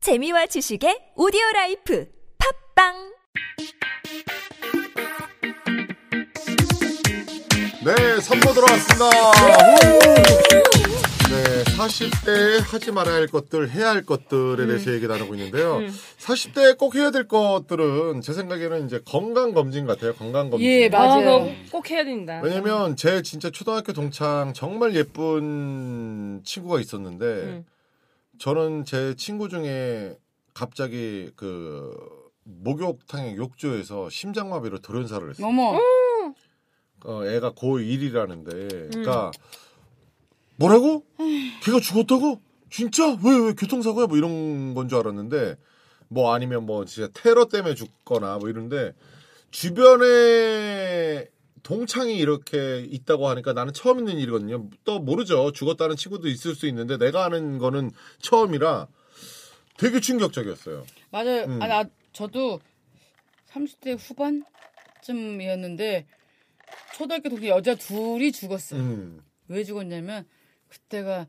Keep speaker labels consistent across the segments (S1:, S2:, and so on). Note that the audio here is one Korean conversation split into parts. S1: 재미와 지식의 오디오 라이프 팝빵!
S2: 네, 3부 돌아왔습니다. 우! 네, 40대에 하지 말아야 할 것들, 해야 할 것들에 대해서
S3: 음.
S2: 얘기 나누고 있는데요. 40대에 꼭 해야 될 것들은 제 생각에는 이제 건강검진 같아요. 건강검진.
S3: 예,
S4: 아,
S3: 맞아요.
S4: 그거 꼭 해야 된다.
S2: 왜냐면 제 진짜 초등학교 동창 정말 예쁜 친구가 있었는데
S4: 음.
S2: 저는 제 친구 중에 갑자기 그 목욕탕의 욕조에서 심장마비로 돌연사를 했어요.
S3: 어머,
S2: 어, 애가 고1이라는데, 그니까, 뭐라고? 걔가 죽었다고? 진짜? 왜, 왜 교통사고야? 뭐 이런 건 줄 알았는데, 뭐 아니면 뭐 진짜 테러 때문에 죽거나 뭐 이런데, 주변에 동창이 이렇게 있다고 하니까 나는 처음 있는 일이거든요. 또 모르죠. 죽었다는 친구도 있을 수 있는데, 내가 아는 거는 처음이라 되게 충격적이었어요.
S3: 맞아요.
S2: 음.
S3: 아, 나, 저도 30대 후반쯤이었는데, 초등학교 동기 여자 둘이 죽었어요.
S2: 음,
S3: 왜 죽었냐면, 그때가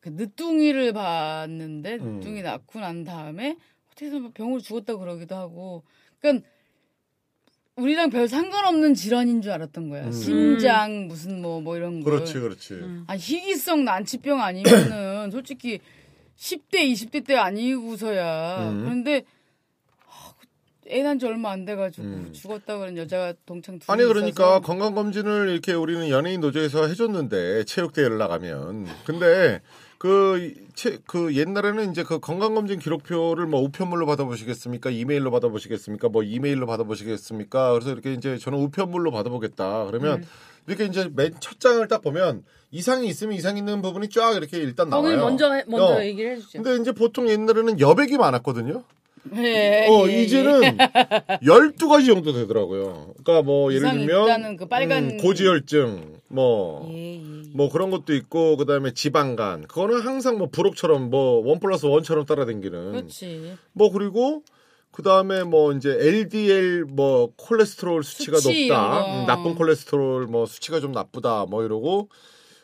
S3: 그 늦둥이를 봤는데,
S2: 음.
S3: 늦둥이 낳고 난 다음에, 어떻게 해서 병으로 죽었다 그러기도 하고, 그러니까, 우리랑 별 상관없는 질환인 줄 알았던 거야.
S2: 음.
S3: 심장, 무슨 뭐, 뭐 이런 거.
S2: 그렇지, 그렇지.
S3: 아 희귀성 난치병 아니면은 솔직히 10대 20대 때 아니고서야
S2: 음.
S3: 그런데 아, 그애 낳은 지 얼마 안 돼가지고
S2: 음.
S3: 죽었다 그런 여자가 동창 둘이
S2: 아니 그러니까
S3: 있어서
S2: 건강 검진을 이렇게 우리는 연예인 노조에서 해줬는데 체육대회를 나가면 근데 그, 체- 그 옛날에는 이제 그 건강검진 기록표를 뭐 우편물로 받아보시겠습니까? 이메일로 받아보시겠습니까? 뭐 이메일로 받아보시겠습니까? 그래서 이렇게 이제 저는 우편물로 받아보겠다.
S4: 음.
S2: 그러면 이렇게 이제 맨 첫 장을 딱 보면 이상이 있으면 이상 있는 부분이 쫙 이렇게 일단
S4: 오늘
S2: 나와요.
S4: 먼저 해- 먼저
S2: 어.
S4: 얘기를 해주죠.
S2: 근데 이제 보통 옛날에는 여백이 많았거든요.
S3: 예,
S2: 어,
S3: 예, 예.
S2: 이제는 12가지 정도 되더라고요. 그러니까 뭐 예를
S3: 이상
S2: 들면 음,
S3: 있다는 그 빨간- 예,
S2: 고지혈증 뭐 뭐 그런 것도 있고 그다음에 지방간 그거는 항상 뭐 부록처럼 뭐 원 플러스 원처럼 따라다니는
S3: 그렇죠. 그렇지
S2: 뭐 그리고 그다음에 뭐 이제 LDL 뭐 콜레스테롤 수치가
S3: 수치 어.
S2: 높다
S3: 이런 거.
S2: 음, 나쁜 콜레스테롤 뭐 수치가 좀 나쁘다 뭐 이러고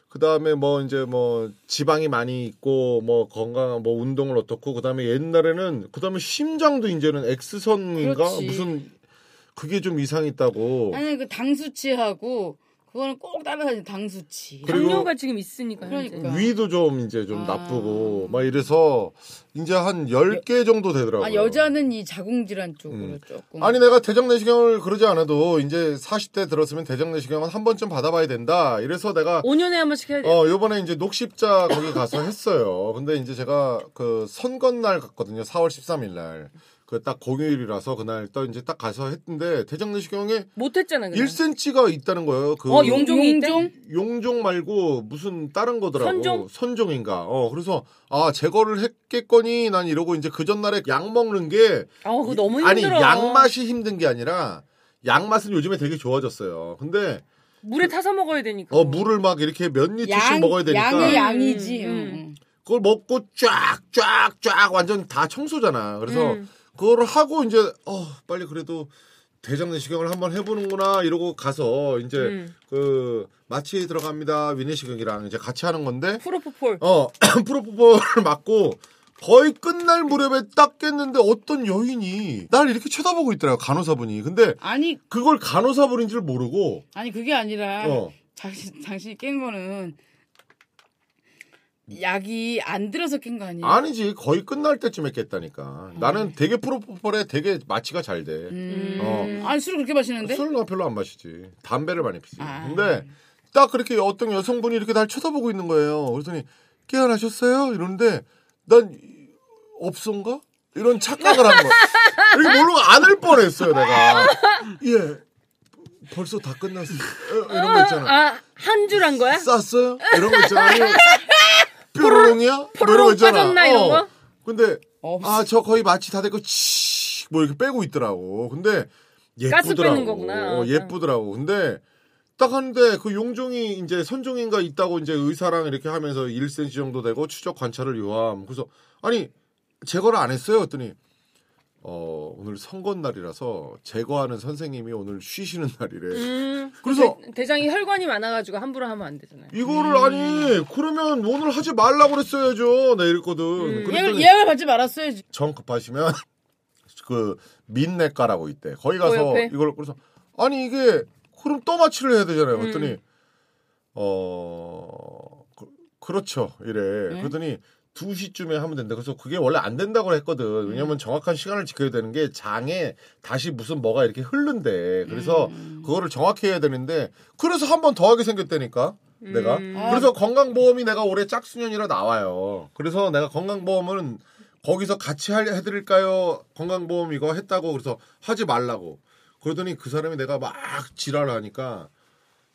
S2: 그다음에 뭐 이제 뭐 지방이 많이 있고 뭐 건강 뭐 운동을 어떻고 그다음에 옛날에는 그다음에 심장도 이제는 X선인가
S3: 그렇지.
S2: 무슨 그게 좀 이상 있다고
S3: 아니 그 당 수치하고 그거는 꼭 따라다니 당 수치
S2: 그래. 그리고-
S4: 당뇨가 지금 있으니까.
S3: 그러니까.
S4: 현재.
S2: 위도 좀 이제 좀
S3: 아.
S2: 나쁘고 막 이래서 이제 한 10개 정도 되더라고요.
S3: 아 여자는 이 자궁질환 쪽으로
S2: 음.
S3: 조금
S2: 아니 내가 대장 내시경을 그러지 않아도 이제 40대 들었으면 대장 내시경은 한 번쯤 받아봐야 된다. 이래서 내가
S4: 5년에 한 번씩 해야 돼.
S2: 어 요번에 이제 녹십자 거기 가서 했어요. 근데 이제 제가 그 선거날 갔거든요. 4월 13일 날. 그 딱 공휴일이라서 그날 또 이제 딱 가서 했는데 대장 내시경에
S4: 못 했잖아. 그냥.
S2: 1cm가 있다는 거예요. 그
S4: 네. 어, 용종이
S3: 용종?
S2: 용종 말고 무슨 다른 거더라고.
S4: 선종?
S2: 인가 어, 그래서 아, 제거를 했겠거니 난 이러고 이제 그 전날에 약 먹는 게
S4: 아, 그거 너무
S2: 아니,
S4: 힘들어.
S2: 양 맛이 힘든 게 아니라 양 맛은 요즘에 되게 좋아졌어요. 근데
S4: 물에 타서 먹어야 되니까.
S2: 어, 물을 막 이렇게 몇 리터씩
S3: 양,
S2: 먹어야 되니까
S3: 양이 양이지
S4: 음,
S3: 음, 음.
S2: 그걸 먹고 쫙쫙쫙 완전 다 청소잖아. 그래서
S4: 음.
S2: 그걸 하고 이제 어, 빨리 그래도 대장 내시경을 한번 해보는구나 이러고 가서 이제
S4: 음.
S2: 그 마취 들어갑니다 위내시경이랑 이제 같이 하는 건데
S4: 프로포폴.
S2: 어 프로포폴을 맞고 거의 끝날 무렵에 딱 깼는데 어떤 여인이 날 이렇게 쳐다보고 있더라고 간호사분이 근데
S3: 아니
S2: 그걸 간호사분인 줄 모르고
S3: 아니 그게 아니라
S2: 어
S3: 당신 당신이 깬 거는 약이 안 들어서 깬 거 아니에요?
S2: 아니지 거의 끝날 때쯤에 깼다니까 나는 되게 프로포폴에 되게 마취가 잘돼
S3: 음.
S2: 어.
S3: 아니 술을 그렇게 마시는데?
S2: 술은 별로 안 마시지. 담배를 많이 피지.
S3: 아.
S2: 근데 딱 그렇게 어떤 여성분이 이렇게 날 쳐다보고 있는 거예요. 그랬더니 깨어나셨어요? 이러는데 난 없선가? 이런 착각을 한 거야. 이렇게 모르고 안을 뻔했어요, 내가. 예. 벌써 다 끝났어. 요 이런 거 있잖아.
S4: 아, 한 줄 한 거야?
S2: 쌌어요? 이런 거 있잖아. 아니면 뾰로롱이야? 뭐 이런
S4: 포로롱
S2: 거 있잖아. 어.
S4: 빠졌나 이런 거?
S2: 근데
S3: 없어.
S2: 아, 저 거의 마취 다 됐고, 치익 뭐 이렇게 빼고 있더라고. 근데
S4: 가스
S2: 예쁘더라고.
S4: 빼는 거구나.
S2: 어, 예쁘더라고. 근데 딱 하는데 그 용종이 이제 선종인가 있다고 이제 의사랑 이렇게 하면서 1cm 정도 되고 추적 관찰을 요함. 그래서 아니 제거를 안 했어요. 했더니 어, 오늘 선거 날이라서 제거하는 선생님이 오늘 쉬시는 날이래.
S4: 음,
S2: 그래서
S4: 대, 장이 혈관이 많아가지고 함부로 하면 안 되잖아요.
S2: 이거를 아니 그러면 오늘 하지 말라고 그랬어야죠. 나 이랬거든.
S3: 예약을,
S2: 그랬더니
S3: 예약을 받지 말았어야지.
S2: 정 급하시면 그 민내과라고 있대. 거기
S4: 그
S2: 가서
S4: 옆에?
S2: 이걸 그래서 아니 이게 그럼 또 마취를 해야 되잖아요. 그랬더니 어 그, 렇죠 이래. 그랬더니 2시쯤에 하면 된다. 그래서 그게 원래 안 된다고
S3: 음.
S2: 했거든. 왜냐면 정확한 시간을 지켜야 되는 게 장에 다시 무슨 뭐가 이렇게 흐른대. 그래서
S3: 음.
S2: 그거를 정확히 해야 되는데 그래서 한 번 더 하게 생겼다니까. 내가
S3: 아.
S2: 그래서 건강보험이 내가 올해 짝수년이라 나와요. 그래서 내가 건강보험은 거기서 같이 할, 해드릴까요? 건강보험 이거 했다고 그래서 하지 말라고. 그러더니 그 사람이 내가 막 지랄하니까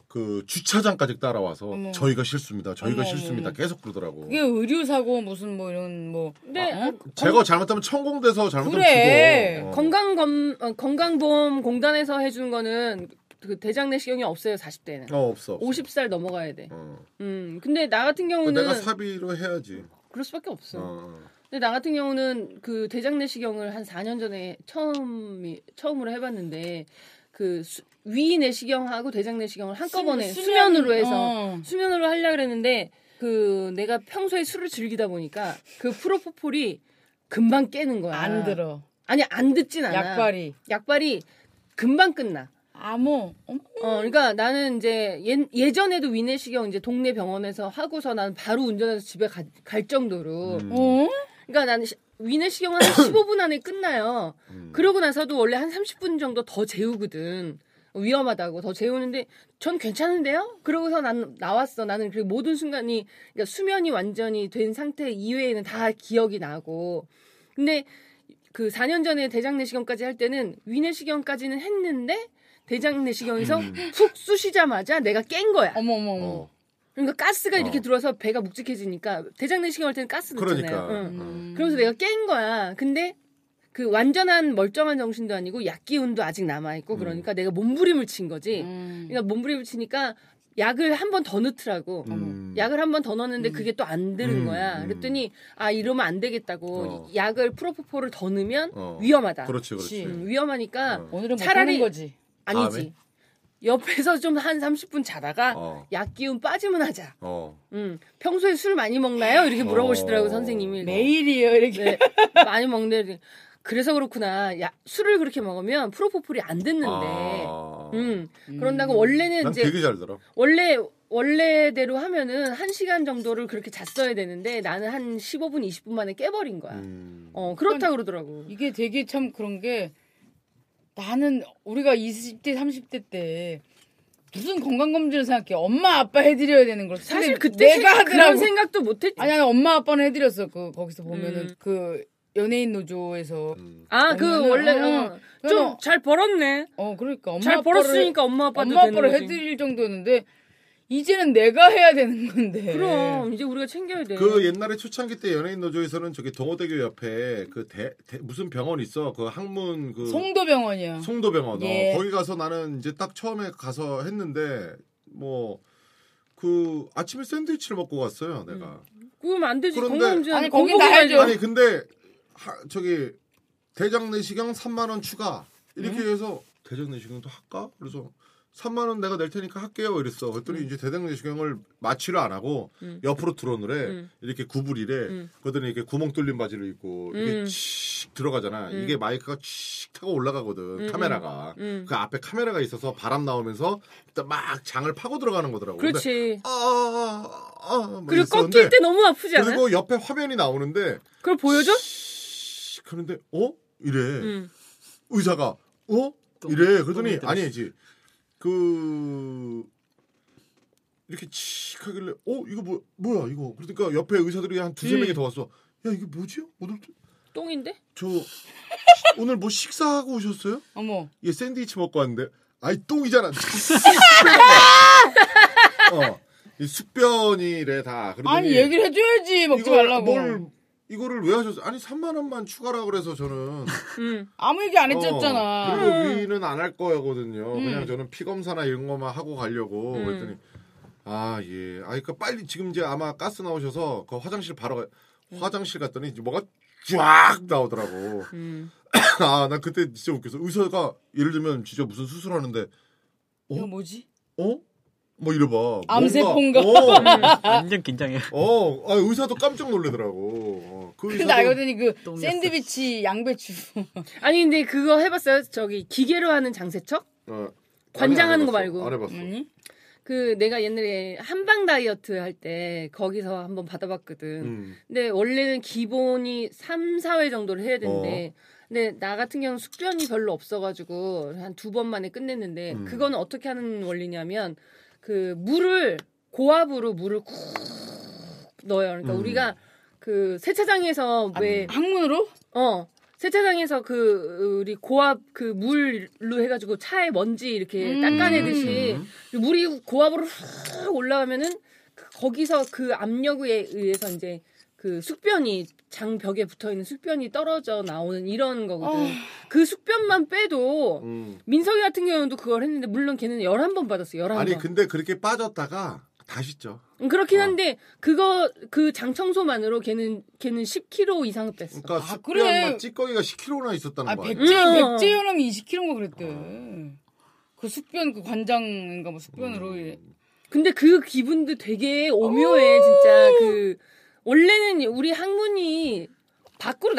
S2: 그 주차장까지 따라와서
S3: 어머.
S2: 저희가 실수입니다. 저희가
S3: 어머,
S2: 실수입니다.
S3: 어머.
S2: 계속 그러더라고.
S3: 그게 의료사고 무슨 뭐 이런 뭐.
S4: 근데
S3: 어?
S2: 제가 잘못하면 천공돼서 잘못하면
S3: 그래.
S2: 죽어. 어.
S4: 건강검 어, 건강보험 공단에서 해준 거는 그 대장 내시경이 없어요 40대는.
S2: 어, 없어. 없어.
S4: 50살 넘어가야 돼.
S2: 어.
S4: 음, 근데 나 같은
S2: 내가
S4: 경우는
S2: 사비로 해야지.
S4: 그럴 수밖에 없어.
S2: 어.
S4: 근데 나 같은 경우는 그 대장 내시경을 한 4년 전에 처음이 처음으로 해봤는데 그 위 내시경하고 대장 내시경을 한꺼번에
S3: 수-
S4: 수, 면으로 해서
S3: 어.
S4: 수면으로 하려 그랬는데 그 내가 평소에 술을 즐기다 보니까 그 프로포폴이 금방 깨는 거야.
S3: 안 들어.
S4: 아니 안 듣진 아, 않아.
S3: 약발이.
S4: 약발이 금방 끝나.
S3: 암호. 어머.
S4: 어, 그러니까 나는 이제 예, 전에도 위내시경 이제 동네 병원에서 하고서 난 바로 운전해서 집에 가- 갈 정도로.
S2: 음.
S3: 어?
S4: 그러니까 나는 시- 위내시경은 한 15분 안에 끝나요.
S2: 음.
S4: 그러고 나서도 원래 한 30분 정도 더 재우거든. 위험하다고 더 재우는데 전 괜찮은데요? 그러고서 난 나왔어. 나는 그 모든 순간이 그러니까 수면이 완전히 된 상태 이외에는 다 기억이 나고. 근데 그 4년 전에 대장 내시경까지 할 때는 위내시경까지는 했는데 대장 내시경에서
S2: 음.
S4: 훅 쑤시자마자 내가 깬 거야.
S3: 어머, 어머, 어머.
S2: 어.
S4: 그러니까 가스가 이렇게
S2: 어.
S4: 들어와서 배가 묵직해지니까 대장 내시경 할 때는 가스 넣잖아요.
S2: 그러니까.
S4: 응.
S2: 어.
S4: 그러면서 내가 깬 거야. 근데 그 완전한 멀쩡한 정신도 아니고 약 기운도 아직 남아
S2: 음.
S4: 있고 그러니까 내가 몸부림을 친 거지.
S3: 음.
S4: 그러니까 몸부림을 치니까 약을 한 번 더 넣더라고.
S2: 음.
S4: 약을 한 번 더 넣었는데 그게 또 안 들은
S2: 음,
S4: 거야.
S2: 음.
S4: 그랬더니 아 이러면 안 되겠다고
S2: 어.
S4: 이- 약을 프로포폴을 더 넣으면
S2: 어.
S4: 위험하다.
S2: 그렇지, 그렇지.
S4: 음, 위험하니까
S2: 어.
S3: 오늘은 못
S4: 차라리-
S3: 하는 거지.
S4: 아니지.
S2: 다음에?
S4: 옆에서 좀 한 30분 자다가
S2: 어.
S4: 약 기운 빠지면 하자.
S2: 어.
S4: 음, 평소에 술 많이 먹나요? 이렇게 물어보시더라고
S2: 어.
S4: 선생님이.
S3: 매일이에요, 이렇게.
S4: 네, 많이 먹는데 그래서 그렇구나. 야, 술을 그렇게 먹으면 프로포폴이 안 듣는데.
S2: 아.
S4: 음. 그런다고 원래는
S2: 난
S4: 이제
S2: 되게 잘 들어.
S4: 원래 원래대로 하면은 1시간 정도를 그렇게 잤어야 되는데 나는 한 15분 20분 만에 깨버린 거야.
S2: 음.
S4: 어, 그렇다 고 그러더라고.
S3: 이게 되게 참 그런 게 나는 우리가 20대, 30대 때 무슨 건강검진을 생각해. 엄마, 아빠 해드려야 되는 걸.
S4: 사실
S3: 근데
S4: 그때
S3: 내가
S4: 생각-
S3: 하더라고.
S4: 그런 생각도 못 했지.
S3: 아니, 아니, 엄마, 아빠는 해드렸어. 그, 거기서 보면은
S4: 음.
S3: 그 연예인 노조에서.
S2: 음.
S4: 아, 그
S3: 엄마는-
S4: 원래
S3: 어,
S4: 좀 잘 벌었네.
S3: 어, 그러니까. 엄마,
S4: 잘
S3: 아빠를-
S4: 벌었으니까 엄마 아빠도
S3: 엄마, 아빠를
S4: 되는 거지.
S3: 해드릴 정도였는데 이제는 내가 해야 되는 건데. 네.
S4: 그럼 이제 우리가 챙겨야 돼.
S2: 그 옛날에 초창기 때 연예인 노조에서는 저기 동호대교 옆에 그 대, 대- 무슨 병원 있어 그 항문 그
S3: 송도병원이야.
S2: 송도병원 어.
S3: 예.
S2: 거기 가서 나는 이제 딱 처음에 가서 했는데 뭐 그 아침에 샌드위치를 먹고 갔어요 내가
S4: 그러면 안 되지.
S2: 그런데-
S4: 건강검진
S3: 아니, 거긴
S4: 건강
S3: 가야죠.
S4: 검진.
S2: 아니 근데 하- 저기 대장 내시경 3만 원 추가 이렇게 해서 대장 내시경도 할까 그래서 3만 원 내가 낼 테니까 할게요 이랬어 그랬더니 이제 대장 내시경을 마취를 안 하고
S4: 음.
S2: 옆으로 들어오느래
S4: 음.
S2: 이렇게 구부리래
S4: 음.
S2: 그러더니 이렇게 구멍 뚫린 바지를 입고 이게
S4: 음.
S2: 칙 들어가잖아
S4: 음.
S2: 이게 마이크가 칙 타고 올라가거든
S4: 음,
S2: 카메라가
S4: 음.
S2: 그 앞에 카메라가 있어서 바람 나오면서 일단 막 장을 파고 들어가는 거더라고 근데
S4: 그렇지.
S2: 아, 아, 아, 아, 막
S4: 그리고
S2: 이랬었는데
S4: 꺾일 때 너무 아프지 않아? 요
S2: 그리고 옆에 화면이 나오는데
S4: 그걸 보여줘?
S2: 씩 그런데 어 이래
S3: 음.
S4: 응.
S2: 의사가 어 이래 그러더니 아니지 그 이렇게 칙 하길래 어 이거 뭐 뭐야 이거 그러니까 옆에 의사들이 한 두세
S3: 음.
S2: 명이 더 왔어 야 이게 뭐지 오늘
S4: 똥인데?
S2: 저 오늘 뭐 식사하고 오셨어요?
S3: 어머.
S2: 얘 샌드위치 먹고 왔는데 아이 똥이잖아. 어, 이 숙변이래 다. 그러더니
S3: 아니, 얘기를 해줘야지. 먹지
S2: 이걸
S3: 말라고.
S2: 뭘 이거를 왜 하셨어요? 아니 3만 원만 추가라 그래서 저는
S4: 응.
S3: 아무 얘기 안
S2: 어,
S3: 해줬잖아.
S2: 그리고 위는 안 할 거거든요. 그냥 저는 피 검사나 이런 것만 하고 가려고
S4: 음.
S2: 그랬더니 아 예. 아 그러니까 빨리 지금 이제 아마 가스 나오셔서 그 화장실 바로 가. 화장실 갔더니 이제 뭐가 쫙 나오더라고.
S4: 응.
S2: 아, 나 그때 진짜 웃겼어. 의사가 예를 들면 진짜 무슨 수술하는데
S3: 이거 뭐지?
S2: 어? 뭐 이래 봐.
S3: 암세포인가?
S5: 완전 긴장해.
S2: 어. 어. 아, 의사도 깜짝 놀래더라고. 어, 그
S3: 근데
S2: 의사도-
S3: 알거든요 그
S5: 똥이었어.
S3: 샌드위치 양배추
S4: 아니 근데 그거 해봤어요? 저기 기계로 하는 장세척?
S2: 어,
S4: 관장하는 거
S2: 안 해봤어.
S4: 말고.
S2: 안 해봤어.
S3: 아니?
S4: 그 내가 옛날에 한방 다이어트 할 때 거기서 한번 받아봤거든.
S2: 음.
S4: 근데 원래는 기본이 3, 4회 정도를 해야
S2: 어.
S4: 되는데 근데 나 같은 경우는 숙련이 별로 없어가지고 한 두 번 만에 끝냈는데
S2: 음.
S4: 그거는 어떻게 하는 원리냐면 그 물을 고압으로 물을 쿡 넣어요. 그러니까
S2: 음.
S4: 우리가 그 세차장에서 왜
S3: 항문으로?
S4: 어. 세차장에서 그 우리 고압 그 물로 해가지고 차에 먼지 이렇게
S3: 음.
S4: 닦아내듯이
S2: 음.
S4: 물이 고압으로 훅 올라가면은 그- 거기서 그 압력에 의해서 이제 그 숙변이 장 벽에 붙어 있는 숙변이 떨어져 나오는 이런 거거든.
S3: 어.
S4: 그 숙변만 빼도
S2: 음.
S4: 민석이 같은 경우도 그걸 했는데 물론 걔는 11번 받았어. 11번.
S2: 아니 근데 그렇게 빠졌다가 다시 쪄.
S4: 음, 그렇긴
S2: 어.
S4: 한데 그거 그 장청소만으로 걔는 걔는 10kg 이상 뺐어.
S2: 그러니까
S3: 아,
S2: 숙변
S3: 그래.
S2: 막 찌꺼기가 10kg나 있었다는
S3: 아
S2: 거 아니야?
S3: 백제
S4: 음.
S3: 백제현황이 20kg인가 그랬대
S2: 아.
S3: 그 숙변 그 관장인가 뭐 숙변으로
S2: 음.
S3: 이래.
S4: 근데 그 기분도 되게 오묘해 진짜 그 원래는 우리 학문이 밖으로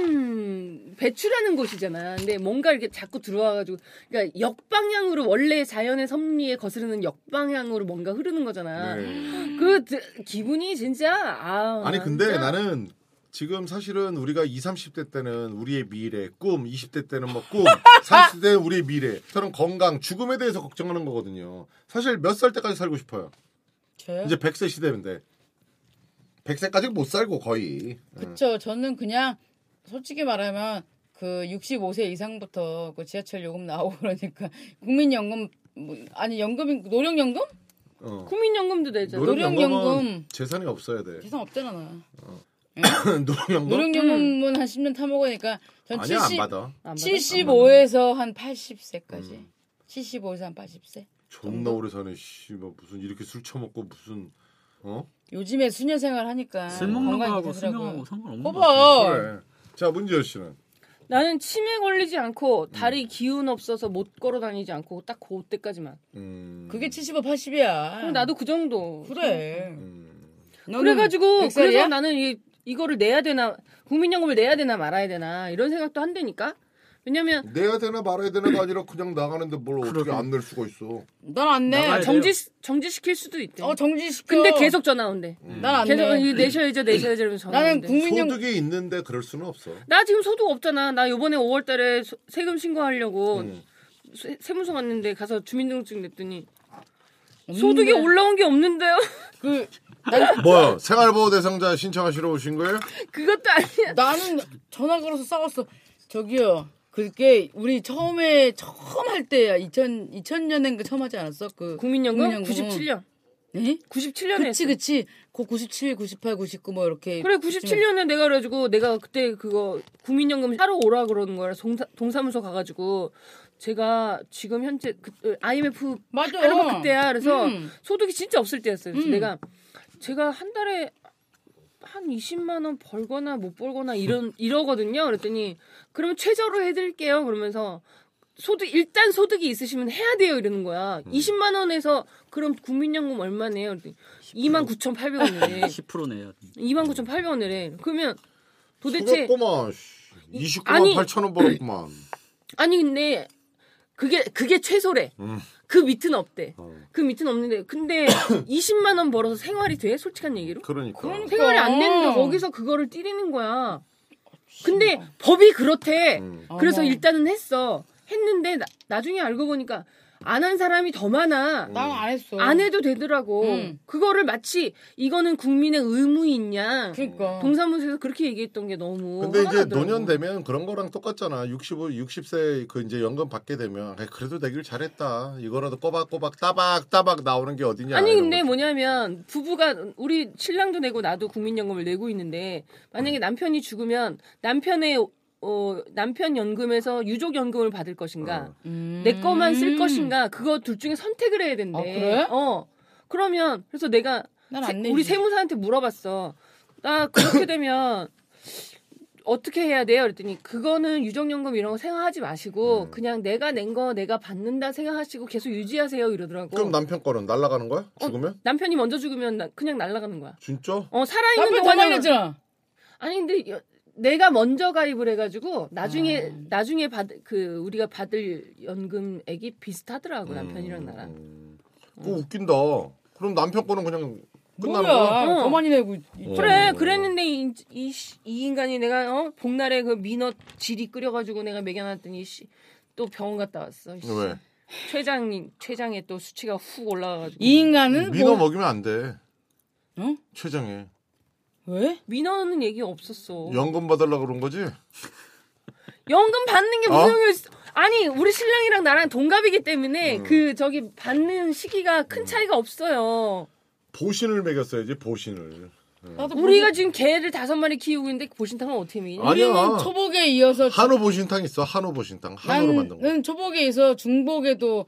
S4: 나가는 배출하는 곳이잖아. 근데 뭔가 이렇게 자꾸 들어와가지고 그러니까 역방향으로 원래 자연의 섭리에 거스르는 역방향으로 뭔가 흐르는 거잖아.
S2: 네.
S4: 그 드- 기분이 진짜 아
S2: 아니 근데
S4: 진짜
S2: 나는 지금 사실은 우리가 20, 30대 때는 우리의 미래, 꿈, 20대 때는 뭐 꿈, 30대 때는 우리의 미래, 저는 건강, 죽음에 대해서 걱정하는 거거든요. 사실 몇 살 때까지 살고 싶어요.
S3: 저요?
S2: 이제 100세 시대인데. 100세까지 못 살고 거의.
S5: 음.
S3: 그쵸. 저는 그냥 솔직히 말하면 그 65세 이상부터 그 지하철 요금 나오고 그러니까 국민연금 뭐, 아니 연금이 노령연금?
S2: 어.
S4: 국민연금도 되죠.
S3: 노력-
S2: 노령연금은
S3: 노령연금.
S2: 재산이 없어야 돼.
S3: 계산 없잖아 나.
S2: 노령연금?
S3: 노령연금은 한 10년 타먹으니까 전
S2: 아니야 안
S3: 70,
S2: 받아.
S4: 안 받아?
S3: 75에서 한 80세까지.
S5: 음.
S3: 75에서 한 80세.
S2: 존나 오래 사네. 씨, 뭐 무슨 이렇게 술 처먹고 무슨 어?
S3: 요즘에 수녀 생활 하니까
S5: 술 먹는
S3: 건강이
S5: 거하고
S3: 괜찮더라고요.
S5: 수명하고 상관없는 거 같아.
S3: 봐봐.
S2: 그래. 네. 자 문지열 씨는
S4: 나는 치매 걸리지
S2: 음.
S4: 않고 다리 기운 없어서 못 걸어 다니지 않고 딱 그때까지만.
S2: 음,
S3: 그게 75, 80이야.
S4: 그럼 나도 그 정도.
S3: 그래.
S2: 음,
S3: 너는
S4: 그래가지고
S3: 백 살이야?
S4: 그래서 나는 이, 이거를 내야 되나 국민연금을 내야 되나 말아야 되나 이런 생각도 한다니까 왜냐면
S2: 내야 되나 말아야 되나가 아니라 그냥 나가는데 뭘 어떻게 안 낼 수가 있어.
S3: 난 안 내.
S5: 나가야 돼.
S4: 아, 정지 정지시킬 수도 있대
S3: 어 정지시켜.
S4: 근데 계속 전화 온대
S3: 난 안
S4: 계속
S3: 내.
S4: 이 내셔야죠 아, 네. 내셔야죠 이러면서 전화
S3: 나는
S4: 온대.
S2: 음.
S3: 국민연금
S2: 소득이 있는데 그럴 수는 없어.
S4: 나 지금 소득 없잖아 나 요번에 5월달에 세금 신고하려고 세, 세무서 갔는데 가서 주민등록증 냈더니 소득이 올라온 게 없는데요
S3: 그
S2: 뭐야? 생활보호 대상자 신청하시러 오신 거예요?
S4: 그것도 아니야
S3: 나는 전화 걸어서 싸웠어. 저기요. 그게 우리 처음에 처음 할 때야. 2000 2000년엔 그 처음 하지 않았어? 그
S4: 국민연금
S3: 국민연금은.
S4: 97년
S3: 예?
S4: 97년에
S3: 그치 그치. 그 97, 98, 99 뭐 이렇게
S4: 그래 97년에 내가 그래가지고 내가 그때 그거 국민연금 사러 오라 그러는 거야 동사, 동사무소 가가지고 제가 지금 현재 그, 어, IMF
S3: 맞아.
S4: 바로 그때야 그래서
S3: 음.
S4: 소득이 진짜 없을 때였어요 그래서
S3: 음.
S4: 내가 제가 한 달에 한 20만 원 벌거나 못 벌거나 이런 이러거든요 그랬더니 그러면 최저로 해드릴게요 그러면서 소득 일단 소득이 있으시면 해야 돼요 이러는 거야 20만 원에서 그럼 국민연금 얼마네요 그랬더니 2만
S3: 네.
S4: 9,800원이래
S5: 10% 내야 돼.
S4: 29,800원 내래. 그러면 도대체
S2: 그렇구만. 29만
S4: 아니.
S2: 8천 원 벌었구만.
S4: 아니 근데 그게 그게 최소래.
S2: 음.
S4: 그 밑은 없대.
S2: 어.
S4: 그 밑은 없는데 근데 20만 원 벌어서 생활이 돼? 솔직한 얘기로?
S2: 그러니까.
S4: 생활이 안 되는데 거기서 그거를 뛰리는 거야. 근데 법이 그렇대.
S2: 음.
S4: 그래서
S3: 어머.
S4: 일단은 했어. 했는데 나, 중에 알고 보니까 안 한 사람이 더 많아.
S2: 음.
S3: 난안 했어.
S4: 안 해도 되더라고.
S3: 음.
S4: 그거를 마치 이거는 국민의 의무인 양.
S3: 그러니까.
S4: 어. 동사무소에서 그렇게 얘기했던 게 너무.
S2: 근데
S4: 화가
S2: 이제
S4: 나더라고.
S2: 노년 되면 그런 거랑 똑같잖아. 65, 60세 그 이제 연금 받게 되면 아, 그래도 내길 잘했다. 이거라도 꼬박꼬박 따박따박 나오는 게 어디냐.
S4: 아니
S2: 이런
S4: 근데
S2: 거지.
S4: 뭐냐면 부부가 우리 신랑도 내고 나도 국민연금을 내고 있는데 만약에 남편이 죽으면 남편의 어 남편 연금에서 유족 연금을 받을
S2: 어.
S4: 것인가
S3: 음.
S4: 내 거만 쓸 것인가 그거 둘 중에 선택을 해야 된대.
S3: 아, 그래?
S4: 어 그러면 그래서 내가
S3: 난
S4: 세-
S3: 안 내지.
S4: 우리 세무사한테 물어봤어. 나 그렇게 되면 어떻게 해야 돼요? 그랬더니 그거는 유정연금 이런 거 생각하지 마시고
S2: 음.
S4: 그냥 내가 낸 거 내가 받는다 생각하시고 계속 유지하세요 이러더라고.
S2: 그럼 남편 거는 날아가는 거야? 죽으면?
S4: 남편이 먼저 죽으면 나- 그냥 날아가는 거야.
S2: 진짜?
S4: 어 살아있는
S3: 남편 더
S4: 동안에
S3: 말렸잖아.
S4: 아니 근데 여- 내가 먼저 가입을 해가지고 나중에
S3: 아.
S4: 나중에 받 그 우리가 받을 연금액이 비슷하더라고 남편이랑
S2: 음,
S4: 나랑.
S2: 음. 그거 웃긴다. 그럼 남편 거는 그냥
S3: 뭐야?
S2: 끝나는 거야?
S4: 거야?
S3: 더
S4: 어.
S3: 많이 내고. 이-
S2: 어.
S4: 그래 그랬는데 이, 이, 씨- 이 인간이 내가 어? 복날에 그 민어 지리 끓여가지고 내가 먹여놨더니 씨, 또 병원 갔다 왔어. 씨.
S2: 왜?
S4: 췌장님 췌장에 또 수치가 훅 올라가가지고
S3: 이 인간은
S2: 민어
S3: 뭐?
S2: 먹이면 안 돼. 어?
S3: 응?
S2: 최장에
S3: 왜?
S2: 네.
S4: 민어는 얘기 없었어.
S2: 연금 받으려 그런 거지?
S4: 연금 받는 게 무슨
S2: 어?
S4: 의미 있어? 아니 우리 신랑이랑 나랑 동갑이기
S2: 음.
S4: 때문에 그 저기 받는 시기가 큰 차이가 없어요.
S2: 보신을 먹였어야지 보신을.
S3: 나도
S4: 우리가 지금 개를 다섯 마리 키우고 있는데 보신탕은 어떻게 먹이냐?
S2: 아, 아니야.
S3: 우리는 초복에 이어서
S2: 한우 보신탕 있어. 한우 보신탕. 한우로 만든 거.
S3: 나는 초복에 이어서 중복에도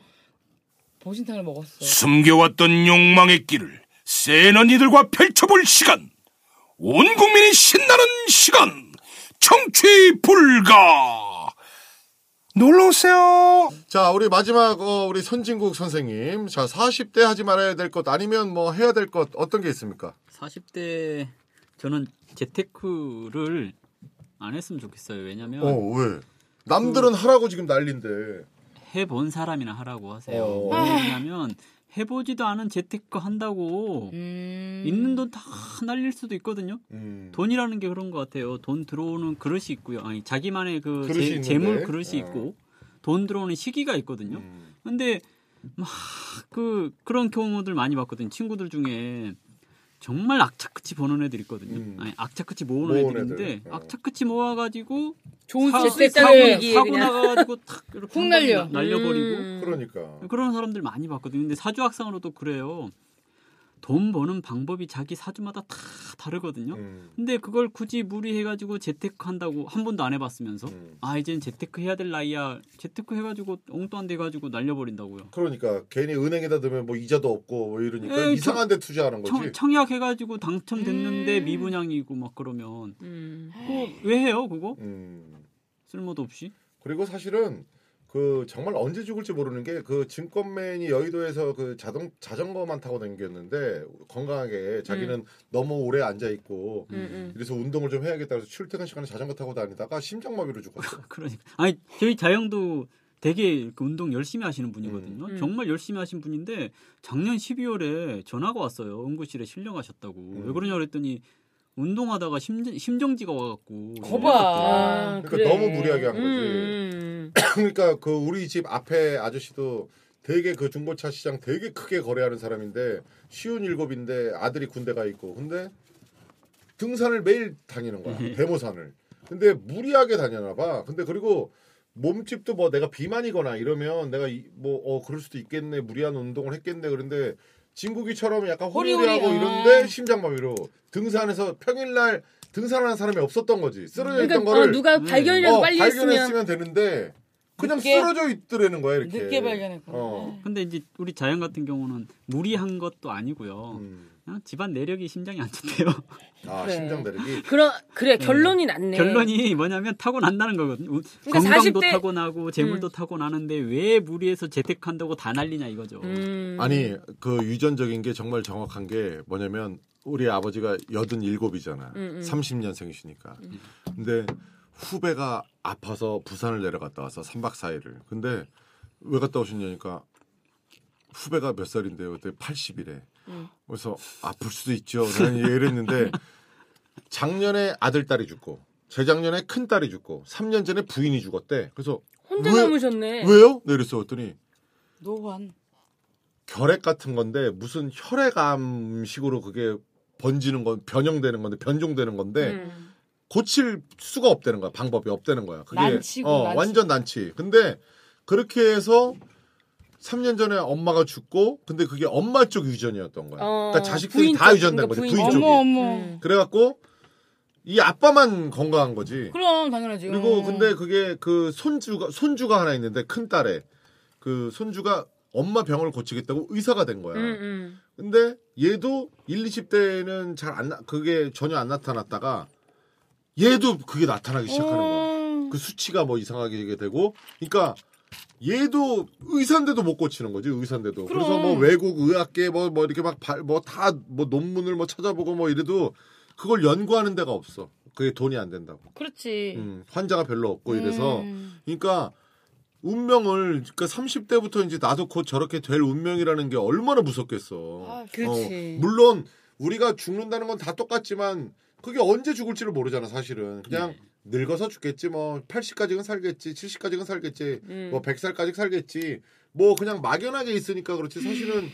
S3: 보신탕을 먹었어.
S6: 숨겨왔던 욕망의 길을 센 언니들과 펼쳐볼 시간. 온 국민이 신나는 시간. 청취 불가. 놀러 오세요.
S2: 자, 우리 마지막 어, 우리 선진국 선생님. 자, 40대 하지 말아야 될 것 아니면 뭐 해야 될 것 어떤 게 있습니까?
S5: 40대 저는 재테크를 안 했으면 좋겠어요. 왜냐면
S2: 어, 왜? 남들은 하라고 지금 난린데.
S5: 해본 사람이나 하라고 하세요.
S2: 어.
S3: 아.
S5: 왜냐면 해보지도 않은 재테크 한다고
S3: 음.
S5: 있는 돈 다 날릴 수도 있거든요.
S2: 음.
S5: 돈이라는 게 그런 것 같아요. 돈 들어오는 그릇이 있고요. 아니 자기만의 그
S2: 그릇이
S5: 재,
S2: 있는데.
S5: 재물 그릇이
S2: 어.
S5: 있고 돈 들어오는 시기가 있거든요.
S2: 음.
S5: 근데 막 그 그런 경우들 많이 봤거든요. 친구들 중에 정말 악착같이 버는 애들 있거든요.
S2: 음.
S5: 아니 악착같이 모으는
S2: 모으는
S5: 애들인데
S2: 애들. 어.
S5: 악착같이 모아가지고
S4: 좋은
S5: 사-
S4: 재테크를
S3: 사고-
S4: 얘기해,
S5: 사고
S4: 그냥.
S5: 나가지고 탁 이렇게
S3: 훅
S5: 한
S3: 날려.
S5: 번에 날려버리고
S4: 음.
S2: 그러니까.
S5: 그런 사람들 많이 봤거든요. 근데 사주학상으로도 그래요. 돈 버는 방법이 자기 사주마다 다 다르거든요.
S2: 음.
S5: 근데 그걸 굳이 무리해가지고 재테크 한다고 한 번도 안 해봤으면서
S2: 음.
S5: 아 이젠 재테크 해야 될 나이야 재테크 해가지고 엉뚱한 데 가지고 날려버린다고요.
S2: 그러니까 괜히 은행에다 넣으면 뭐 이자도 없고 뭐 이러니까
S5: 에이,
S2: 이상한 데 투자하는 거지.
S5: 청, 청약 해가지고 당첨됐는데
S4: 음.
S5: 미분양이고 막 그러면
S4: 음.
S5: 그거 왜 해요 그거
S2: 음.
S5: 쓸모도 없이
S2: 그리고 사실은 그 정말 언제 죽을지 모르는 게 그 증권맨이 여의도에서 그 자동 자전거만 타고 다녔는데 건강하게 자기는 너무 오래 앉아 있고
S4: 음, 음.
S2: 그래서 운동을 좀 해야겠다 해서 출퇴근 시간에 자전거 타고 다니다가 심장마비로 죽었어.
S5: 그러니까 아니 저희 자영도 되게 그 운동 열심히 하시는 분이거든요.
S4: 음.
S5: 정말 열심히 하신 분인데 작년 12월에 전화가 왔어요. 응급실에 실려가셨다고
S2: 음.
S5: 왜 그러냐 그랬더니 운동하다가 심정, 심정지가 와갖고
S3: 거봐.
S4: 아,
S2: 음. 그러니까 너무 무리하게 한 거지.
S4: 음, 음.
S2: 그러니까 그 우리 집 앞에 아저씨도 되게 그 중고차 시장 되게 크게 거래하는 사람인데 쉬운 일곱인데 아들이 군대 가 있고 근데 등산을 매일 다니는 거야 대모산을 근데 무리하게 다녀나 봐 근데 그리고 몸집도 뭐 내가 비만이거나 이러면 내가 뭐 어 그럴 수도 있겠네 무리한 운동을 했겠네 그런데 진국이처럼 약간 호리호리하고
S3: 호리호리, 아.
S2: 이런데 심장마비로 등산에서 평일날 등산하는 사람이 없었던 거지 쓰러져 있던
S4: 그러니까 어,
S2: 거를
S4: 누가
S5: 음.
S4: 발견이라도
S2: 어,
S4: 빨리 했으면
S2: 발견했으면 되는데 그냥
S3: 늦게?
S2: 쓰러져 있더라는 거야 이렇게.
S3: 늦게 발견했구나.
S2: 어.
S5: 근데 이제 우리 자영 같은 경우는 무리한 것도 아니고요.
S2: 음.
S5: 그냥 집안 내력이 심장이 안 좋대요.
S2: 아
S4: 그래.
S2: 심장 내리기.
S4: 그러, 그래 결론이 났네.
S5: 음. 결론이 뭐냐면 타고 난다는 거거든요. 우-
S4: 그러니까
S5: 건강도
S4: 40대 음.
S5: 타고 나고 재물도 타고 나는데 왜 무리해서 재테크한다고 다 날리냐 이거죠.
S4: 음.
S2: 아니 그 유전적인 게 정말 정확한 게 뭐냐면 우리 아버지가 여든 일곱이잖아.
S4: 음, 음.
S2: 30년생이시니까. 근데 후배가 아파서 부산을 내려갔다 와서 3박 4일을. 근데 왜 갔다 오셨냐니까 후배가 몇 살인데요? 그때 80이래.
S4: 음.
S2: 그래서 아플 수도 있죠. 난 얘기했는데 작년에 아들 딸이 죽고 재작년에 큰 딸이 죽고 3년 전에 부인이 죽었대. 그래서
S4: 혼자
S2: 왜-
S4: 남으셨네.
S2: 왜요? 네, 이랬어. 그랬더니
S3: 노환.
S2: 결핵 같은 건데 무슨 혈액암식으로 그게 번지는 건 변형되는 건데 변종되는 건데
S4: 음.
S2: 고칠 수가 없다는 거야 방법이 없다는 거야 그게
S3: 난치고,
S2: 어,
S3: 난치.
S2: 완전 난치 근데 그렇게 해서 3년 전에 엄마가 죽고 근데 그게 엄마 쪽 유전이었던 거야
S4: 어,
S2: 그러니까 자식들이
S4: 부인
S2: 다
S4: 쪽,
S2: 유전된
S4: 그러니까
S2: 거지
S4: 부인
S2: 부인 쪽이
S4: 쪽.
S3: 어머 어머.
S4: 음.
S2: 그래갖고 이 아빠만 건강한
S4: 그러니까
S2: 거지
S3: 그럼 당연하지.
S2: 그리고
S4: 음.
S3: 어.
S2: 근데 그게 그 손주가 손주가 하나 있는데 큰 딸에 그 손주가 엄마 병을 고치겠다고 의사가 된 거야.
S4: 음, 음.
S2: 근데 얘도 1, 20대에는 잘 안 그게 전혀 안 나타났다가 얘도 그게 나타나기 시작하는
S3: 어,
S4: 음.
S2: 거야. 그 수치가 뭐 이상하게 되고, 그러니까 얘도 의사인데도 못 고치는 거지 의사인데도. 그래서뭐 외국 의학계 뭐 뭐 이렇게 막뭐다 뭐 논문을 뭐 찾아보고 뭐 이래도 그걸 연구하는 데가 없어. 그게 돈이 안 된다고.
S3: 그렇지.
S2: 음, 환자가 별로 없고 이래서
S3: 음.
S2: 그러니까 운명을 그러니까 30대부터 이제 나도 곧 저렇게 될 운명이라는 게 얼마나 무섭겠어.
S3: 아,
S4: 그렇지.
S2: 어, 물론 우리가 죽는다는 건 다 똑같지만 그게 언제 죽을지를 모르잖아 사실은. 그냥 늙어서 죽겠지 뭐 80까지는 살겠지 70까지는 살겠지
S4: 음.
S2: 뭐 100살까지 살겠지 뭐 그냥 막연하게 있으니까 그렇지
S4: 음.
S2: 사실은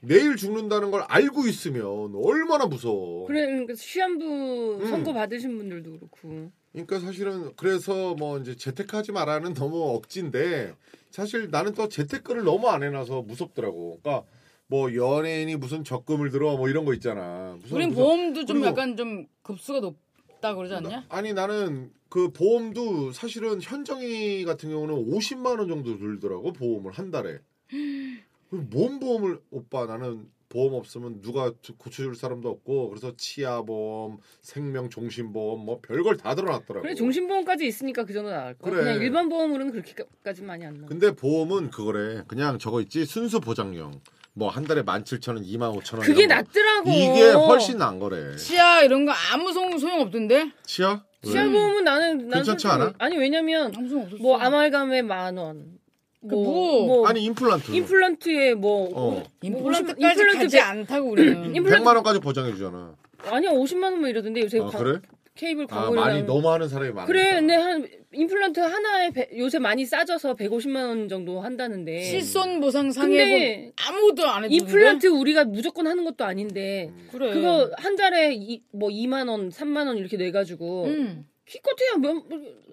S2: 내일 죽는다는 걸 알고 있으면 얼마나 무서워.
S4: 그래 그러니까 시한부
S2: 음.
S4: 선고 받으신 분들도 그렇고
S2: 그러니까 사실은 그래서 뭐 이제 재테크하지 마라는 너무 억지인데 사실 나는 또 재테크를 너무 안 해놔서 무섭더라고. 그러니까 뭐 연예인이 무슨 적금을 들어 뭐 이런 거 있잖아. 무슨
S3: 우린
S2: 무슨-
S3: 보험도 좀
S2: 그리고- 그러니까.
S3: 약간 좀 급수가 높다 그러지 않냐?
S2: 아니 나는 그 보험도 사실은 현정이 같은 경우는 50만 원 정도 들더라고 보험을 한 달에. 그럼 뭔 보험을 오빠 나는 보험 없으면 누가 주- 고쳐줄 사람도 없고 그래서 치아 보험, 생명 종신 보험 뭐 별걸 다 들어놨더라고.
S4: 그래 정신보험까지 있으니까 그 정도 나을 거.
S2: 그래.
S4: 그냥 일반 보험으로는 그렇게까지 많이 안 나.
S2: 근데 보험은 그거래. 그냥 저거 있지. 순수 보장형. 뭐 한 달에 17,000원, 25,000원.
S4: 그게
S2: 이런 거.
S4: 낫더라고.
S2: 뭐. 이게 훨씬 나은 거래.
S3: 치아 이런 거 아무 소용, 소용 없던데?
S2: 치아? 왜?
S4: 시한 보험은 나는 난
S2: 음. 괜찮지
S4: 솔직히-
S2: 않아? 음.
S4: 아니 왜냐면
S3: 아무 소용 없었어.
S4: 뭐 아말감에 만 원.
S3: 그
S4: 뭐,
S3: 뭐,
S2: 아니 임플란트.
S4: 임플란트에 뭐
S2: 어.
S3: 임플란트까지
S4: 임플란트
S3: 가지
S4: 백-
S3: 않다고 우리는.
S4: 임플란트-
S2: 100만 원까지 보장해 주잖아.
S4: 아니야 50만 원 뭐 이러던데 요새
S2: 아,
S4: 광-
S2: 그래?
S4: 케이블
S2: 아,
S4: 광고를
S2: 많이
S4: 하면.
S2: 너무 하는 사람이 많아.
S4: 그래 근데 한 임플란트 하나에 배- 요새 많이 싸져서 150만 원 정도 한다는데
S3: 실손 네. 보상 상해
S4: 근데
S3: 아무것도 안 해주는데. 음. 네.
S4: 임플란트 우리가 무조건 하는 것도 아닌데
S3: 그래.
S4: 그거 한 달에 이, 뭐 2만 원, 3만 원 이렇게 내 가지고
S3: 음.
S4: 기껏해야 몇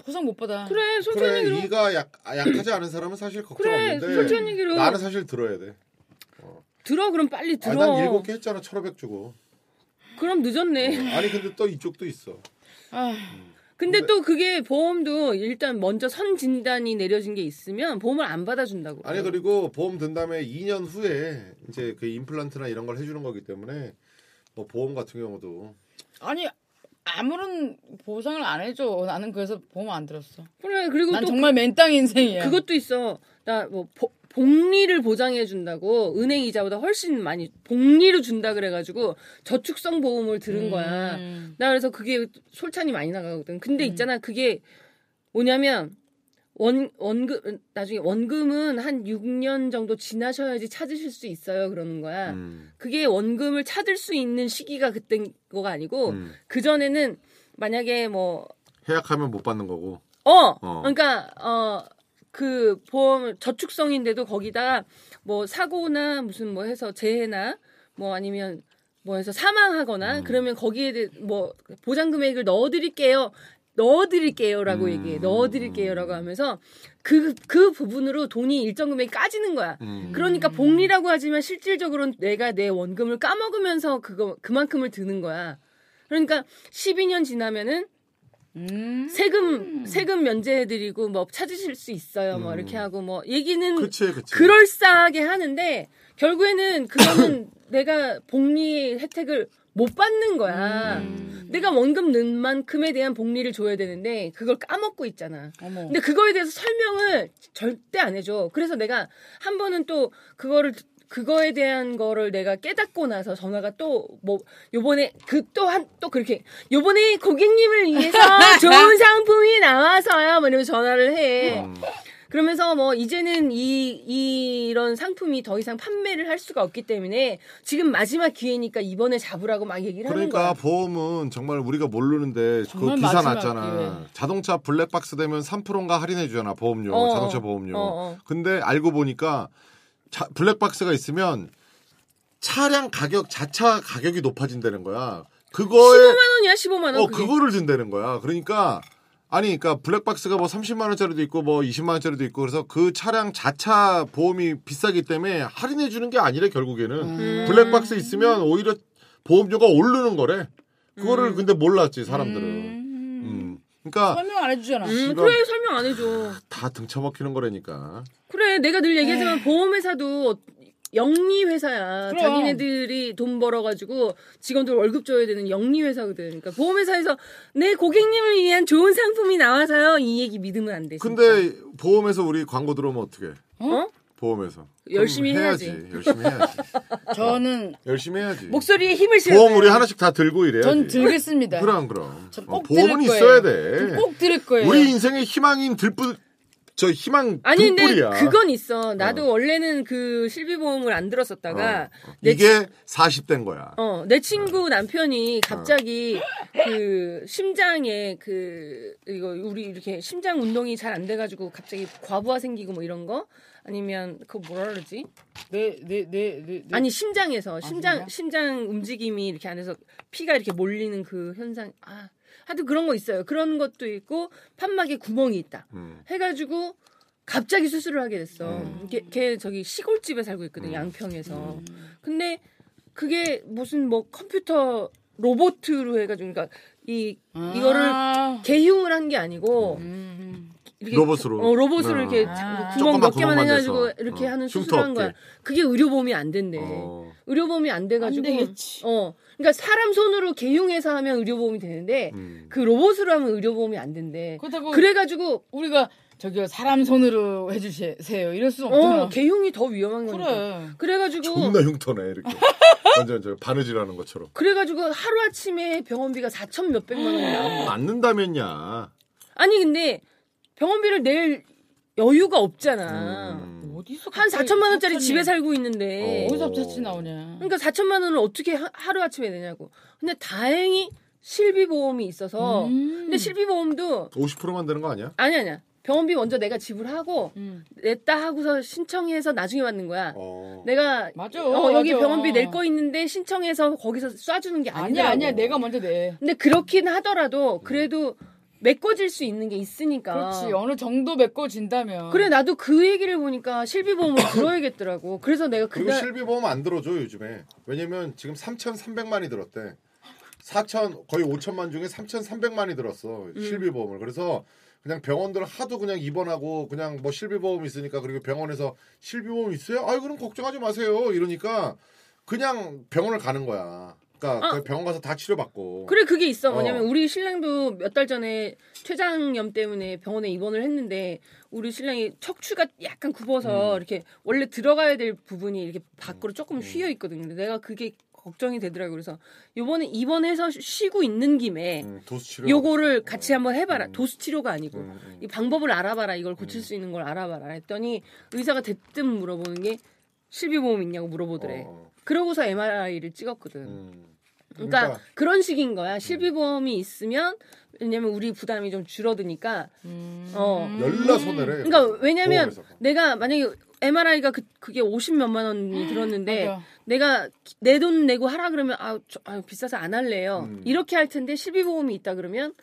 S3: 보상 못 받아.
S4: 그래 솔직한
S2: 그래
S4: 얘기로
S2: 이가 약 아, 약하지 않은 사람은 사실 걱정
S4: 그래,
S2: 없는데
S4: 솔직한 얘기로.
S2: 나는 사실 들어야 돼.
S4: 들어 그럼 빨리
S2: 아니,
S4: 들어.
S2: 난 일곱 개 어. 했잖아. 1,500 주고.
S4: 그럼 늦었네.
S2: 아니 근데 또 이쪽도 있어.
S3: 아,
S4: 근데 또 그게 보험도 일단 먼저 선 진단이 내려진 게 있으면 보험을 안 받아준다고.
S2: 아니
S4: 그래요.
S2: 그리고 보험 든 다음에 2년 후에 이제 그 임플란트나 이런 걸 해주는 거기 때문에 뭐 보험 같은 경우도
S3: 아니 아무런 보상을 안 해줘. 나는 그래서 보험 안 들었어.
S4: 그래 그리고
S3: 난
S4: 또
S3: 정말 맨땅 인생이야.
S4: 그것도 있어. 나 뭐 복리를 보장해 준다고 은행 이자보다 훨씬 많이 복리로 준다 그래가지고 저축성 보험을 들은 거야.
S3: 음.
S4: 나 그래서 그게 솔찬이 많이 나가거든. 근데 있잖아 그게 뭐냐면 원 원금 나중에 원금은 한 6년 정도 지나셔야지 찾으실 수 있어요 그러는 거야. 그게 원금을 찾을 수 있는 시기가 그때인 거가 아니고
S2: 음.
S4: 그 전에는 만약에 뭐
S2: 해약하면 못 받는 거고.
S4: 어,
S2: 어.
S4: 그러니까 어 그 보험 저축성인데도 거기다가 뭐 사고나 무슨 뭐 해서 재해나 뭐 아니면 뭐 해서 사망하거나 그러면 거기에 대해 뭐 보장 금액을 넣어드릴게요. 넣어드릴게요라고 얘기해. 넣어드릴게요라고 하면서 그 그 부분으로 돈이 일정 금액이 까지는 거야.
S2: 음.
S4: 그러니까 복리라고 하지만 실질적으로는 내가 내 원금을 까먹으면서 그거 그만큼을 드는 거야. 그러니까 12년 지나면은
S3: 음.
S4: 세금 세금 면제해드리고 뭐 찾으실 수 있어요. 뭐 이렇게 하고 뭐 얘기는
S2: 음. 그치 그치.
S4: 그럴싸하게 하는데 결국에는 그거는 내가 복리 혜택을 못 받는 거야. 내가 원금 넣은 만큼에 대한 복리를 줘야 되는데 그걸 까먹고 있잖아.
S3: 어머.
S4: 근데 그거에 대해서 설명을 절대 안 해줘. 그래서 내가 한 번은 또 그거를 그거에 대한 거를 내가 깨닫고 나서 전화가 또 뭐 요번에 그 또 한 또 그렇게 요번에 고객님을 위해서 좋은 상품이 나와서요 뭐 이러면서 전화를 해
S2: 음.
S4: 그러면서 뭐 이제는 이, 이 이런 상품이 더 이상 판매를 할 수가 없기 때문에 지금 마지막 기회니까 이번에 잡으라고 막 얘기를 하는
S2: 그러니까
S4: 거야
S2: 보험은 정말 우리가 모르는데 그
S3: 정말
S2: 기사
S3: 마지막
S2: 났잖아. 자동차 블랙박스 되면 3%인가 할인해 주잖아 보험료,
S4: 어,
S2: 자동차
S4: 어.
S2: 보험료.
S4: 어, 어.
S2: 근데 알고 보니까 자- 블랙박스가 있으면 차량 가격 자차 가격이 높아진다는 거야. 그거에
S4: 15만 원이야 15만 원
S2: 어,
S4: 그게.
S2: 그거를 준다는 거야. 그러니까 아니 그러니까 블랙박스가 뭐 30만 원짜리도 있고 뭐 20만 원짜리도 있고 그래서 그 차량 자차 보험이 비싸기 때문에 할인해 주는 게 아니래 결국에는
S4: 음.
S2: 블랙박스 있으면 오히려 보험료가 오르는 거래. 그거를
S4: 음.
S2: 근데 몰랐지 사람들은. 음. 그러니까
S3: 설명 안 해주잖아.
S4: 음, 그래 설명 안 해줘
S2: 다 등쳐먹히는 거라니까.
S4: 그래 내가 늘 얘기하지만 보험회사도 영리 회사야.
S3: 네. 그럼.
S4: 자기네들이 돈 벌어가지고 직원들 월급 줘야 되는 영리 회사거든. 그러니까 보험회사에서 내 고객님을 위한 좋은 상품이 나와서요. 이 얘기 믿으면 안 돼. 진짜.
S2: 근데 보험에서 우리 광고 들어오면 어떻게?
S4: 어?
S2: 보험에서
S4: 열심히
S2: 그럼
S4: 해야지.
S2: 열심히 해야지.
S3: 아. 저는
S2: 열심히 해야지.
S4: 목소리에 힘을 실어.
S2: 보험 우리 하나씩 다 들고 이래야지.
S3: 네. 전 들겠습니다.
S2: 그럼 그럼.
S3: 전
S2: 어,
S3: 꼭
S2: 보험은
S3: 들을 거예요.
S2: 있어야 돼.
S3: 전꼭 들을 거예요.
S2: 우리 인생의 희망인 들뿐 저 희망
S4: 아니 근데
S2: 등불이야.
S4: 그건 있어. 나도 원래는 그 실비보험을 안 들었었다가 내
S2: 어. 이게 40대인 거야.
S4: 어, 내 친구 남편이 갑자기 그 심장에 그 이거 우리 이렇게 심장 운동이 잘 안 돼가지고 갑자기 과부하 생기고 뭐 이런 거 아니면 그거 뭐라 그러지?
S3: 내, 내, 내, 내, 내.
S4: 아니 심장에서 심장
S3: 심장?
S4: 심장 움직임이 이렇게 안에서 피가 이렇게 몰리는 그 현상 아 하여튼 그런 거 있어요. 그런 것도 있고 판막에 구멍이 있다.
S2: 음.
S4: 해가지고 갑자기 수술을 하게 됐어. 음, 걔, 걔 저기 시골집에 살고 있거든 양평에서. 근데 그게 무슨 뭐 컴퓨터 로봇으로 해가지고 그러니까 이
S3: 아.
S4: 이거를 개흉을 한 게 아니고
S3: 음,
S4: 이렇게
S2: 로봇으로.
S4: 어, 로봇으로
S2: 네.
S4: 이렇게 뭐
S3: 아.
S4: 구멍
S2: 조그만
S4: 몇 개만
S2: 구멍만
S4: 해가지고
S2: 돼서.
S4: 이렇게
S2: 어,
S4: 하는
S2: 흉터
S4: 수술한 거야.
S2: 없게.
S4: 그게 의료보험이 안
S3: 예.
S4: 된대.
S2: 어.
S4: 의료보험이 안 돼가지고.
S3: 안 되겠지.
S4: 어. 그러니까 사람 손으로 개흉해서 하면 의료보험이 되는데
S2: 음.
S4: 그 로봇으로 하면 의료보험이 안 된대.
S3: 그렇다고 뭐
S4: 그래가지고
S3: 우리가 저기요 사람 손으로 해주세요 이럴 수는 없잖아.
S4: 어, 개흉이 더 위험한 거니까.
S3: 그래.
S4: 그래가지고
S2: 존나 흉터네 이렇게. 완전 저 바느질하는 것처럼.
S4: 그래가지고 하루 아침에 병원비가 4천 몇백만
S3: 아.
S4: 원이 나온 거야.
S2: 맞는다면야.
S4: 아니 근데 병원비를 낼 여유가 없잖아.
S2: 음.
S3: 어디서
S4: 한
S3: 갑자기
S4: 4천만 원짜리
S3: 그 사천이-
S4: 집에 살고 있는데
S2: 어.
S3: 어디서 갑자기 나오냐.
S4: 그러니까 4천만 원을 어떻게 하루 아침에 내냐고. 근데 다행히 실비 보험이 있어서
S3: 음.
S4: 근데 실비 보험도
S2: 50%만 되는 거 아니야?
S4: 아니 아니야. 병원비 먼저 내가 지불하고
S3: 음.
S4: 냈다 하고서 신청해서 나중에 받는 거야.
S2: 어.
S4: 내가
S3: 맞아.
S4: 어, 여기
S3: 맞아.
S4: 병원비 낼 거 있는데 신청해서 거기서 쏴주는 게 아니야.
S3: 아니야 아니야 내가 먼저 내.
S4: 근데 그렇긴 하더라도 그래도 메꿔질 수 있는 게 있으니까.
S3: 그렇지 어느 정도 메꿔진다면.
S4: 래 나도 아. 그 얘기를 보니까 실비보험을 들어야겠더라고. 그래서 내가
S2: 그리고
S4: 그날
S2: 실비 보험 안 들어줘 요즘에. 왜냐면 지금 3,300만이 들었대. 4천 거의 5천만 중에 3,300만이 들었어
S4: 음.
S2: 실비 보험을. 그래서 그냥 병원들 하도 그냥 입원하고 그냥 뭐 실비 보험 있으니까 그리고 병원에서 실비 보험 있어요? 아이 그럼 걱정하지 마세요. 이러니까 그냥 병원을 가는 거야. 그러니까
S4: 아.
S2: 그 병원 가서 다 치료받고.
S4: 그래 그게 있어.
S2: 어.
S4: 왜냐면 우리 신랑도 몇 달 전에 췌장염 때문에 병원에 입원을 했는데 우리 신랑이 척추가 약간 굽어서 이렇게 원래 들어가야 될 부분이 이렇게 밖으로 조금 휘어 있거든요. 근데 내가 그게 걱정이 되더라고. 그래서 요번에 입원해서 쉬고 있는 김에
S2: 음, 도수 치료.
S4: 요거를 같이 한번 해봐라. 도수 치료가 아니고
S2: 음, 음.
S4: 이 방법을 알아봐라. 이걸 고칠 수 있는 걸 알아봐라. 했더니 의사가 대뜸 물어보는 게 실비보험 있냐고 물어보더래.
S2: 어,
S4: 그러고서 MRI를 찍었거든.
S2: 음.
S4: 그러니까,
S2: 그러니까-
S4: 그런 식인 거야. 실비보험이 있으면 왜냐면 우리 부담이 좀 줄어드니까.
S3: 음.
S4: 어.
S2: 열나 손해래.
S4: 그러니까 왜냐면
S2: 보험에서.
S4: 내가 만약에 MRI가 그, 그게 50몇만 원이 들었는데
S3: 음, 맞아.
S4: 내가 내 돈 내고 하라 그러면 아, 저- 아유, 비싸서 안 할래요.
S2: 음.
S4: 이렇게 할 텐데 실비보험이 있다 그러면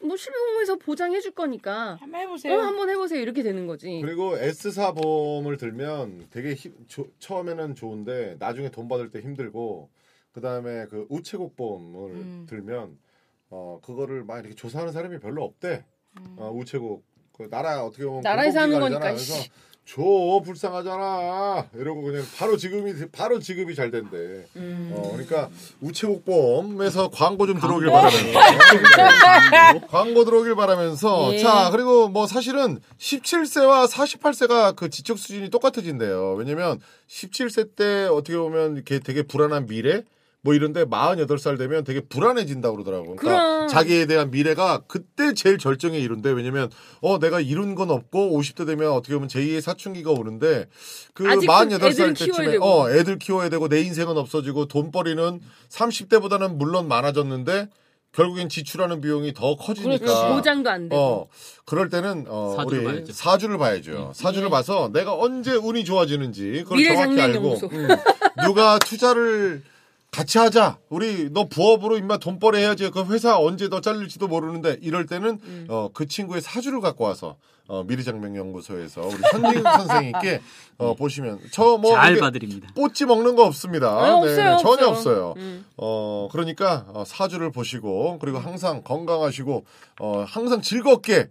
S4: 뭐 실비보험에서 보장해 줄 거니까
S3: 한번
S4: 어,
S3: 해보세요.
S4: 한번 해보세요 이렇게 되는 거지.
S2: 그리고 S사 보험을 들면 되게 힘- 조- 처음에는 좋은데 나중에 돈 받을 때 힘들고 그다음에 그 우체국 보험을
S3: 음.
S2: 들면 어 그거를 막 이렇게 조사하는 사람이 별로 없대. 어, 우체국 그 나라 어떻게 보면
S4: 음. 나라에서 하는
S2: 공공기관이잖아.
S4: 거니까, 씨.
S2: 그래서 줘 불쌍하잖아 이러고 그냥 바로 지금이 바로 지급이 잘 된대. 어 그러니까 우체국 보험에서 광고 좀 들어오길 바라면서 광고 들어오길 바라면서
S4: 예.
S2: 자 그리고 뭐 사실은 17세와 48세가 그 지적 수준이 똑같아진대요. 왜냐면 17세 때 어떻게 보면 이렇게 되게 불안한 미래 뭐 이런데 48살 되면 되게 불안해진다고 그러더라고. 그러니까
S4: 그럼.
S2: 자기에 대한 미래가 그때 제일 절정에 이른데 왜냐면 어 내가 이룬 건 없고 50대 되면 어떻게 보면 제2의 사춘기가 오는데 그
S4: 아직 그
S2: 48살
S4: 애들 키워야
S2: 때쯤에
S4: 되고.
S2: 어 애들 키워야 되고 내 인생은 없어지고 돈벌이는 30대보다는 물론 많아졌는데 결국엔 지출하는 비용이 더 커지니까
S3: 그렇지.
S4: 음, 보장도 안 되고.
S2: 그러니까. 어 그럴 때는 어
S5: 사주를
S2: 우리
S5: 봐야죠. 음.
S2: 사주를 봐야죠. 사주를 봐서 내가 언제 운이 좋아지는지 그걸
S4: 네. 미래
S2: 정확히
S4: 장면
S2: 알고
S4: 연구소.
S2: 음, 누가 투자를 같이 하자. 우리 너 부업으로 인마 돈벌이 해야지. 그 회사 언제 더 잘릴지도 모르는데 이럴 때는
S4: 음.
S2: 어, 그 친구의 사주를 갖고 와서 어, 미래장명 연구소에서 우리 선진 선생님께 어, 보시면 저뭐
S5: 네. 잘 봐드립니다.
S2: 뽀찌 먹는 거 없습니다. 네,
S4: 아, 없어요,
S2: 전혀
S4: 없어요.
S2: 없어요.
S4: 음.
S2: 어, 그러니까 어, 사주를 보시고 그리고 항상 건강하시고 어, 항상 즐겁게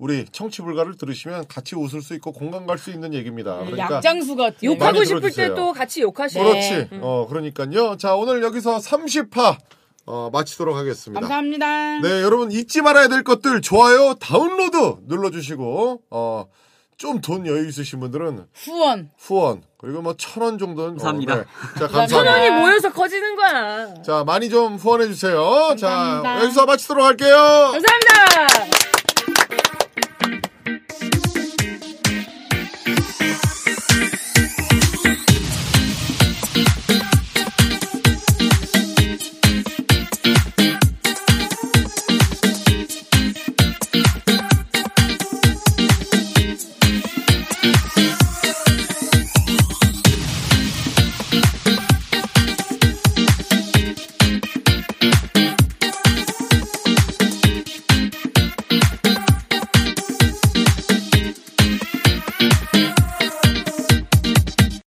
S2: 우리 청취 불가를 들으시면 같이 웃을 수 있고 공감 갈 수 있는 얘기입니다.
S4: 음,
S2: 그러니까
S3: 약장수 같아.
S2: 많이
S4: 욕하고 싶을
S2: 들어주세요.
S4: 때 또 같이 욕하시네.
S2: 그렇지.
S4: 음.
S2: 어, 그러니까요. 자, 오늘 여기서 30화 어, 마치도록 하겠습니다.
S3: 감사합니다.
S2: 네, 여러분 잊지 말아야 될 것들 좋아요, 다운로드 눌러 주시고 어, 좀 돈 여유 있으신 분들은
S3: 후원.
S2: 후원 그리고 뭐 천 원 정도는
S5: 감사합니다.
S2: 어, 네. 자,
S4: 천
S2: 감사합니다.
S4: 원이 모여서 커지는 거야.
S2: 자, 많이 좀 후원해 주세요. 자,
S3: 감사합니다.
S2: 여기서 마치도록 할게요.
S4: 감사합니다.